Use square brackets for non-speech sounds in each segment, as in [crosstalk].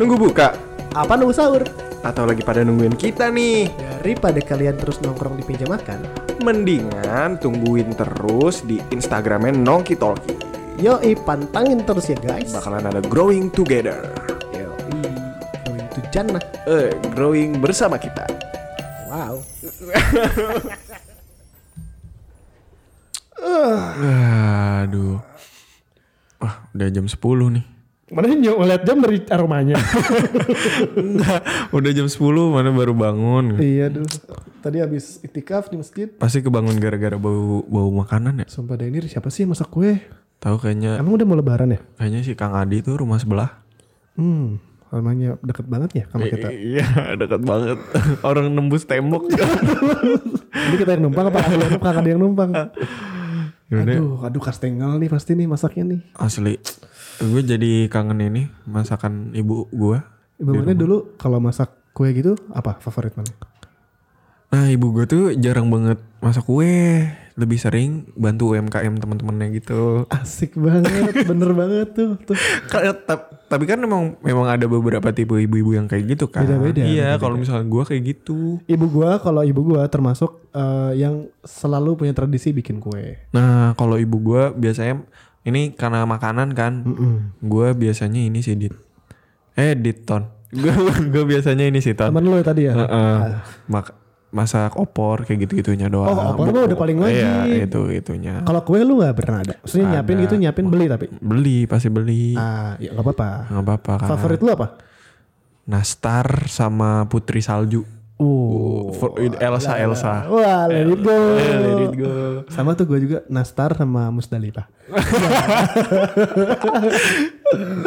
Nunggu buka? Apa nunggu sahur? Atau lagi pada nungguin kita nih? Daripada kalian terus nongkrong di meja makan, Mendingan tungguin terus di Instagramnya Nongki Talki. yoi pantangin terus ya guys. Bakalan ada growing together. Yoi, going to jannah. Eh, growing bersama kita. Wow. Aduh. Wah, udah jam 10 nih. Mana sih nyok ngeliat jam dari [laughs] aromanya? Udah jam 10 mana baru bangun. iya duh. Tadi habis itikaf di masjid. Pasti kebangun gara-gara bau bau makanan ya. Sumpah deh ini siapa sih yang masak kue? Tahu kayaknya Emang udah mau lebaran ya? kayaknya si Kang Adi tuh rumah sebelah. Hmm, aromanya deket banget ya sama kita. I- Iya, [laughs] dekat banget. Orang nembus tembok. Ini kita yang numpang apa kakak kakak dia yang numpang? Yaudah, Aduh, aduh kastengel nih pasti nih masaknya nih. asli. Gue jadi kangen ini masakan ibu gua. Ibu mana dulu kalau masak kue gitu apa favorit mana? Nah, ibu gua tuh jarang banget masak kue, lebih sering bantu UMKM teman-temannya [laughs] gitu. Asik banget, bener banget tuh. tuh. Ka- ta- tapi kan memang memang ada beberapa tipe ibu-ibu yang kayak gitu kan. Beda-beda, Iya, kalau misalnya gua kayak gitu. Ibu gua kalau ibu gua termasuk eh, yang selalu punya tradisi bikin kue. Nah, kalau ibu gua biasanya ini karena makanan kan. Gua biasanya ini sih Dit. Eh, Dit Ton. Gua gua biasanya ini sih Ton. Temen lo tadi ya? Heeh. Mak- masak opor kayak gitu-gitunya doang. Oh, opor Bu- mah udah paling Iya, wajib. itu itunya. Kalau kue lu nggak pernah ada? Maksudnya nyiapin gitu, nyiapin beli tapi? Beli, pasti beli. Ah, ya nggak apa-apa. nggak apa-apa kan. Favorit lu apa? Nastar sama Putri Salju. Uh, For- Elsa Elsa. wah, let it go. Eh, let it go. Sama tuh gue juga Nastar sama Musdalifah. [laughs]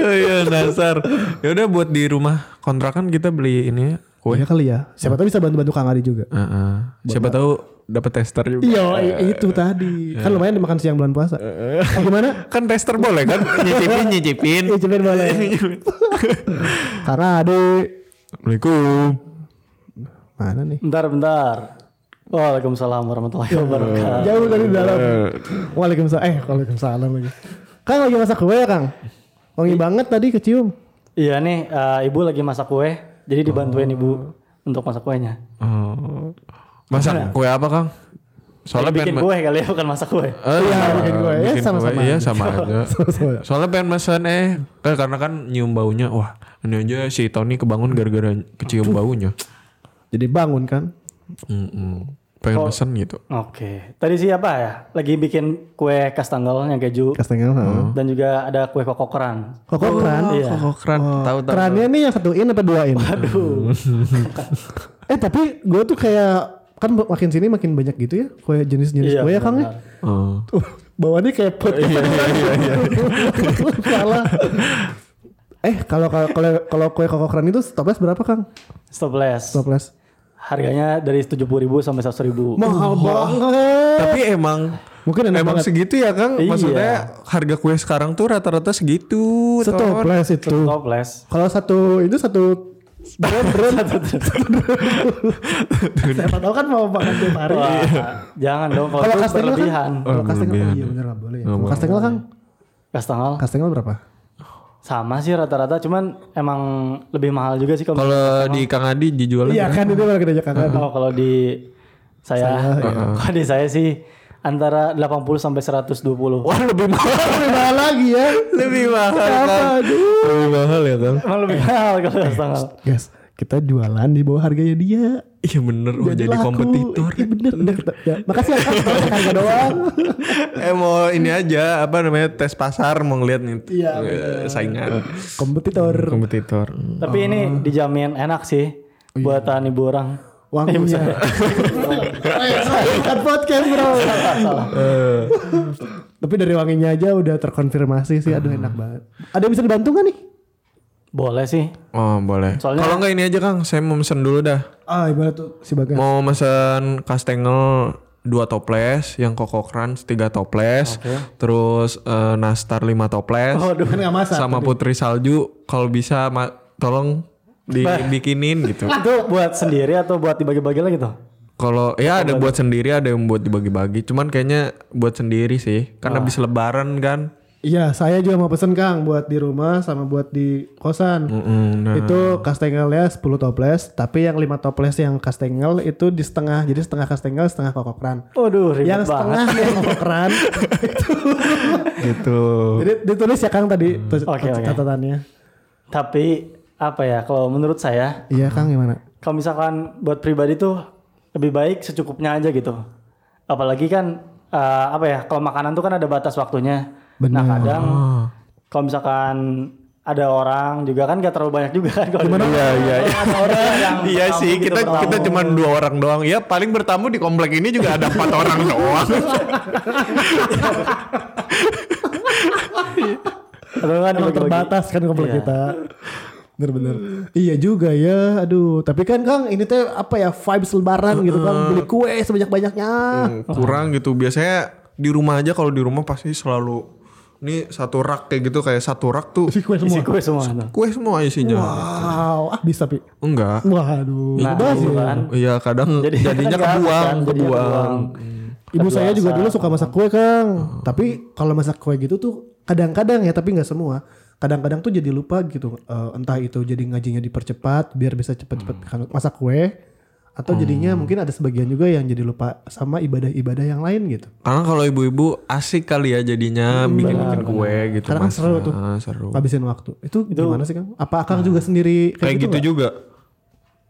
Iya Nastar. Ya udah buat di rumah kontrakan kita beli ini ya, Oh kue. ya kali ya. Siapa tahu bisa bantu-bantu Kang Adi juga. Heeh. Siapa tahu dapat tester juga. Iya, i- itu tadi. Iya. Kan lumayan makan siang bulan puasa. Ah, Gimana? Kan tester boleh kan? [laughs] nyicipin nyicipin. Ya cepet boleh. [laughs] Karena ada Assalamualaikum. mana nih? Bentar, bentar. Waalaikumsalam warahmatullahi wabarakatuh. Jauh dari dalam. Waalaikumsalam. Eh, waalaikumsalam lagi. Kang lagi masak kue ya, Kang? Wangi banget tadi kecium. Iya nih, eh, ibu lagi masak kue, jadi dibantuin ibu untuk masak kuenya. Oh. Masak kue apa Kang? Soalnya bikin pengen ma- kue kali ya, bukan masak kue. Eh, Iya, bikin kue. Ya, sama-sama Iya, aja. sama aja. [laughs] Sama-sama. Soalnya pengen pesan eh eh, karena kan nyium baunya. Wah, ini aja si Tony kebangun gara-gara kecium baunya. Jadi bangun kan? Mm-mm. Pengen pesan gitu. Oke. Tadi siapa ya? Lagi bikin kue kastangel yang keju Kastengel sama. dan juga ada kue kokoran. Kok keran? Oh. Iya. Kok keren. Oh. Tahu tahu. Kerannya nih yang satu in apa dua in? Aduh. [laughs] Eh tapi gue tuh kayak kan makin sini makin banyak gitu ya kue jenis-jenis Iya, kue ya Kang ya. Iya, benar. Oh. Tuh, Bawaannya kayak pot. Salah. Eh kalau kalau kalau- kalau kue koko keren itu stopless berapa Kang? Stopless. Stopless. Harganya dari 70.000 sampai 100.000. Mahal banget. Tapi emang Mungkin enak emang banget. segitu ya Kang? Iya. Maksudnya harga kue sekarang tuh rata-rata segitu. Ton. Stopless itu. Stopless. Kalau satu itu satu drum drum. [laughs] Siapa tahu kan mau makan tiap hari. Wah, jangan dong kalau Kalau itu kastengel kan? berlebihan. Kalau kastengel berlebihan. iya bener lah boleh. ya. Kalau Kastengel Kang? Kastangel Kastengel berapa? sama sih rata-rata, cuman emang lebih mahal juga sih kalau Kalau di Kang Adi dijualnya Iya kan itu malah kita [laughs] Kang. Oh, kalau di saya, [laughs] kalau di saya sih antara 80 sampai 120. [laughs] Wah lebih mahal. Mahal lagi ya. lebih mahal kan? Lebih mahal ya kan? Emang lebih mahal [laughs] kalau setengah. Guys, kita jualan di bawah harganya dia. Iya bener. Jadi, jadi laku. kompetitor. Iya bener. bener. Ya, makasih ya Kang, Makasih harga doang. [laughs] eh mau ini aja apa namanya tes pasar mau ngeliat nih Iya, eh, saingan Kompetitor. kompetitor. Tapi ini dijamin enak sih buatan ibu orang. Wanginya. Iya. Eh, sorry, Bukan podcast bro. Tapi dari wanginya aja udah terkonfirmasi sih. Aduh enak banget. Ada yang bisa dibantu gak nih? Boleh sih. Oh boleh. Soalnya- Kalau nggak ini aja Kang, saya mau pesen dulu dah. Ah ibarat tuh si Bagas. Mau mesen kastengel dua toples, yang koko crunch tiga toples, terus eh, nastar lima toples, Aduh, kan gak masak. sama putri salju. Kalau bisa ma- tolong dibikinin gitu. Itu buat sendiri atau buat dibagi-bagi lagi tuh? Kalau ya ada buat sendiri, ada yang buat dibagi-bagi. Cuman kayaknya buat sendiri sih, karena habis lebaran kan. Iya, saya juga mau pesen Kang buat di rumah sama buat di kosan. Mm-mm, nah. Itu kastengelnya 10 toples, tapi yang 5 toples yang kastengel itu di setengah. Jadi setengah kastengel, setengah kokokran. Waduh, ribet yang banget. setengah yang [laughs] kokokran. gitu Jadi ditulis ya Kang tadi tu- Oke, oke. catatannya. Tapi apa ya kalau menurut saya Iya Kang gimana? kalau misalkan buat pribadi tuh lebih baik secukupnya aja gitu. Apalagi kan eh, apa ya kalau makanan tuh kan ada batas waktunya. Nah kadang Ah. kalau misalkan ada orang juga kan gak terlalu banyak juga kan kalau iya iya iya. ada orang yang [laughs] Iya bertamu sih, gitu, kita bertamu. kita cuma dua orang doang. Ya paling bertamu di komplek ini juga ada [laughs] empat orang doang. Atau kan Emang dibagi-bagi. terbatas kan komplek Iya. kita. Bener-bener. Iya juga ya. Aduh, tapi kan Kang ini tuh apa ya vibes lebaran gitu Kang, beli kue sebanyak-banyaknya. Kurang gitu. Biasanya di rumah aja kalau di rumah pasti selalu ini satu rak kayak gitu kayak satu rak tuh Isi kue isi semua. kue semua. kue semua isinya. Wow, ah bisa Pi. Enggak. Waduh. Nah, Bebas ya. itu kan. Iya kadang Jadi- [laughs] jadinya kan kebuang, Hmm. jadinya kebuang. Ibu saya juga Kedua dulu suka masak kue Kang. Tapi kalau masak kue gitu tuh kadang-kadang ya tapi nggak semua. Kadang-kadang tuh jadi lupa gitu. Eh, entah itu jadi ngajinya dipercepat biar bisa cepet-cepet kan- masak kue. Atau jadinya mungkin ada sebagian juga yang jadi lupa sama ibadah-ibadah yang lain gitu. Karena kalau ibu-ibu asik kali ya jadinya bikin-bikin kue gitu. Karena kan Mas. seru tuh. Ah, seru. Habisin waktu. Itu, gimana sih Kang? Apa Kang juga sendiri Kayak gitu nggak? juga.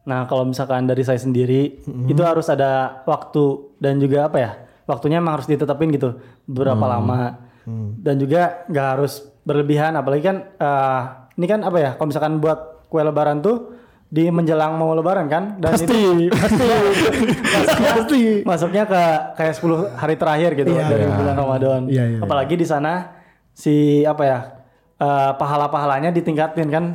Nah, kalau misalkan dari saya sendiri, itu harus ada waktu dan juga apa ya? Waktunya emang harus ditetapin gitu, berapa lama. Dan juga nggak harus berlebihan, apalagi kan eh, ini kan apa ya? Kalau misalkan buat kue lebaran tuh di menjelang mau lebaran kan dan pasti, itu [laughs] pasti, Pasti. masuknya ke kayak 10 hari terakhir gitu dari bulan Ramadan. Iya, iya, Apalagi di sana si apa ya? eh, pahala-pahalanya ditingkatin kan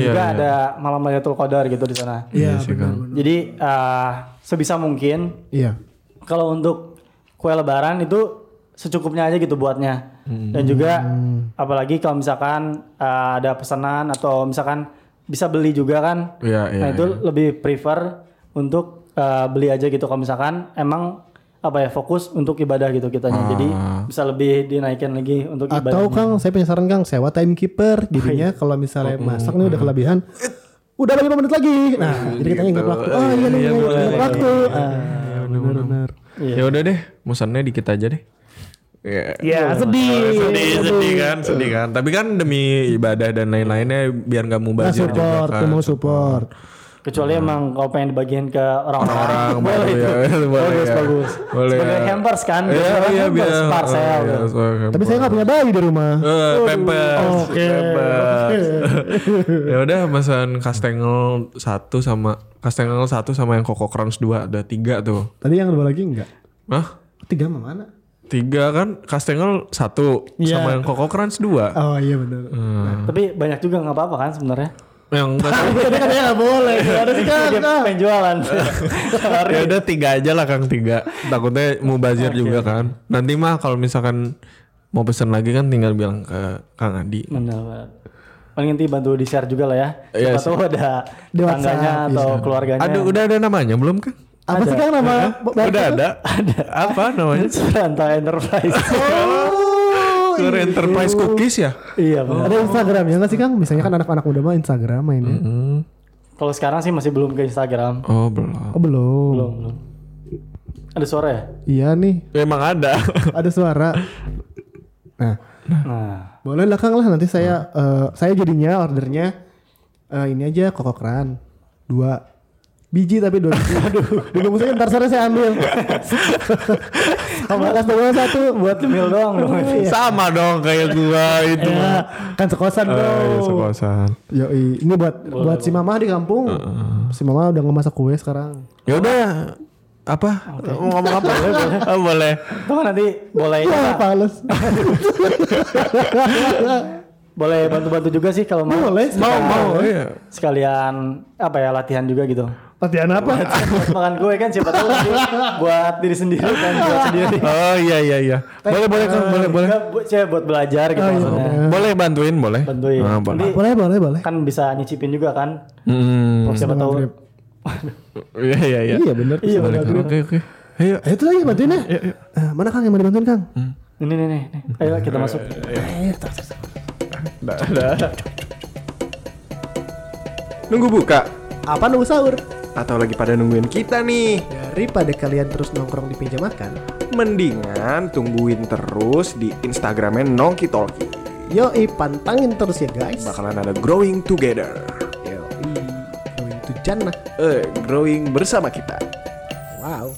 iya, juga iya. ada malam Lailatul Qadar gitu di sana. Iya, sih, benar, Kang. benar. Jadi eh, sebisa mungkin Iya. kalau untuk kue lebaran itu secukupnya aja gitu buatnya. Dan juga Hmm. apalagi kalau misalkan eh, ada pesanan atau misalkan bisa beli juga kan. Iya, iya, nah itu lebih prefer untuk eh, beli aja gitu kalau misalkan emang apa ya fokus untuk ibadah gitu kitanya. Jadi Ah. bisa lebih dinaikin lagi untuk ibadah. Atau Kang, saya punya saran Kang, sewa timekeeper. Jadinya kalau misalnya masak Hmm. nih udah kelebihan, udah lagi 5 menit lagi. Nah, Gitu. jadi kita ingat waktu. Oh iya nih, ingat waktu. Iya, Ah, Benar-benar. Ya udah deh, musannya dikit aja deh. Iya. Ya, sedih. sedih sedih kan sedih kan tapi kan demi ibadah dan lain-lainnya biar nggak Nah, mubazir support, juga kan. tuh mau support. Kecuali emang kalau pengen dibagiin ke orang orang-orang. baru ya boleh bagus ya. bagus. boleh Sebagai ya. hampers kan. Iya, biasanya iya, hampers, biar- parcel. iya, sebagai Tapi hampers. saya nggak punya bayi di rumah. Eh, pempes, pempes. ya udah pesan kastengel satu sama kastengel satu sama yang koko crunch dua ada tiga tuh Tadi yang dua lagi enggak? Hah? Tiga mah mana? tiga kan kastengel satu Iya. sama yang koko crunch dua Oh iya benar. Eh. Tapi banyak juga nggak apa-apa kan sebenarnya. yang nggak tahu. Tadi katanya nggak boleh. Ada sih Kang. Dia pengen jualan. ya udah tiga aja lah kang tiga takutnya mau bazir juga kan nanti mah kalau misalkan mau pesan lagi kan tinggal bilang ke kang Adi [laughs] Bener banget. Paling nanti bantu di share juga lah ya. Iya Siapa sih. Iya. tahu ada tetangganya atau keluarganya. aduh [laughs] udah ada namanya belum kang Apa sih Kang nama? Eh, udah ada ada apa namanya Suranta [laughs] Enterprise. Oh, Sur Enterprise Cookies ya iya bener. Ada Instagram ya nggak sih Kang? Misalnya kan anak-anak muda mah Instagram mainnya. Hmm. Kalau sekarang sih masih belum ke Instagram. oh belum Oh belum. Belum belum. Ada suara ya? Iya [laughs] nih, emang ada ada suara. Nah, Nah. boleh lah Kang lah nanti saya Ah. eh, saya jadinya ordernya eh, ini aja kokokran dua biji tapi dua [laughs] biji. Aduh, belum saya ntar sore saya ambil. Sama customer satu buat Mil doang dong. Iya. [laughs] sama dong kayak gua itu Ya, kan sekosan Eh, iya, bro. sekosan Yoi, ini buat buat si mama di kampung. Ah, Si mama udah ngemasak kue sekarang. ya udah apa ngomong apa boleh, boleh. Tuh nanti boleh ini, Wah, Eh, iya, Pak. [laughs] pales. boleh bantu-bantu juga sih kalau mau. Boleh. mau mau iya. Sekalian apa ya latihan juga gitu. Latihan apa? [laughs] Makan gue kan siapa tahu nanti buat diri sendiri kan buat sendiri. oh iya iya iya boleh boleh kang boleh boleh Enggak, bu- saya buat belajar gitu maksudnya. boleh bantuin boleh Bantuin. Ah, boleh. Nanti Boleh, boleh, boleh. kan bisa nyicipin juga kan. Hmm, Siapa tahu. Maghrib. iya iya iya. Iya benar. Boleh, Kang. Oke oke. Ayo. Ayo itu lagi bantuin ya. Eh, mana Kang Eh, yang mau dibantuin Kang? Ini nih nih, nih. Ayo kita masuk. Dah, dah. Nunggu buka Apa nunggu sahur? atau lagi pada nungguin kita nih? Daripada kalian terus nongkrong di meja makan, Mendingan tungguin terus di Instagramnya Nongki Talki. yoi pantangin terus ya guys. Bakalan ada growing together. Yoi, going to Jannah. Eh, growing bersama kita. Wow.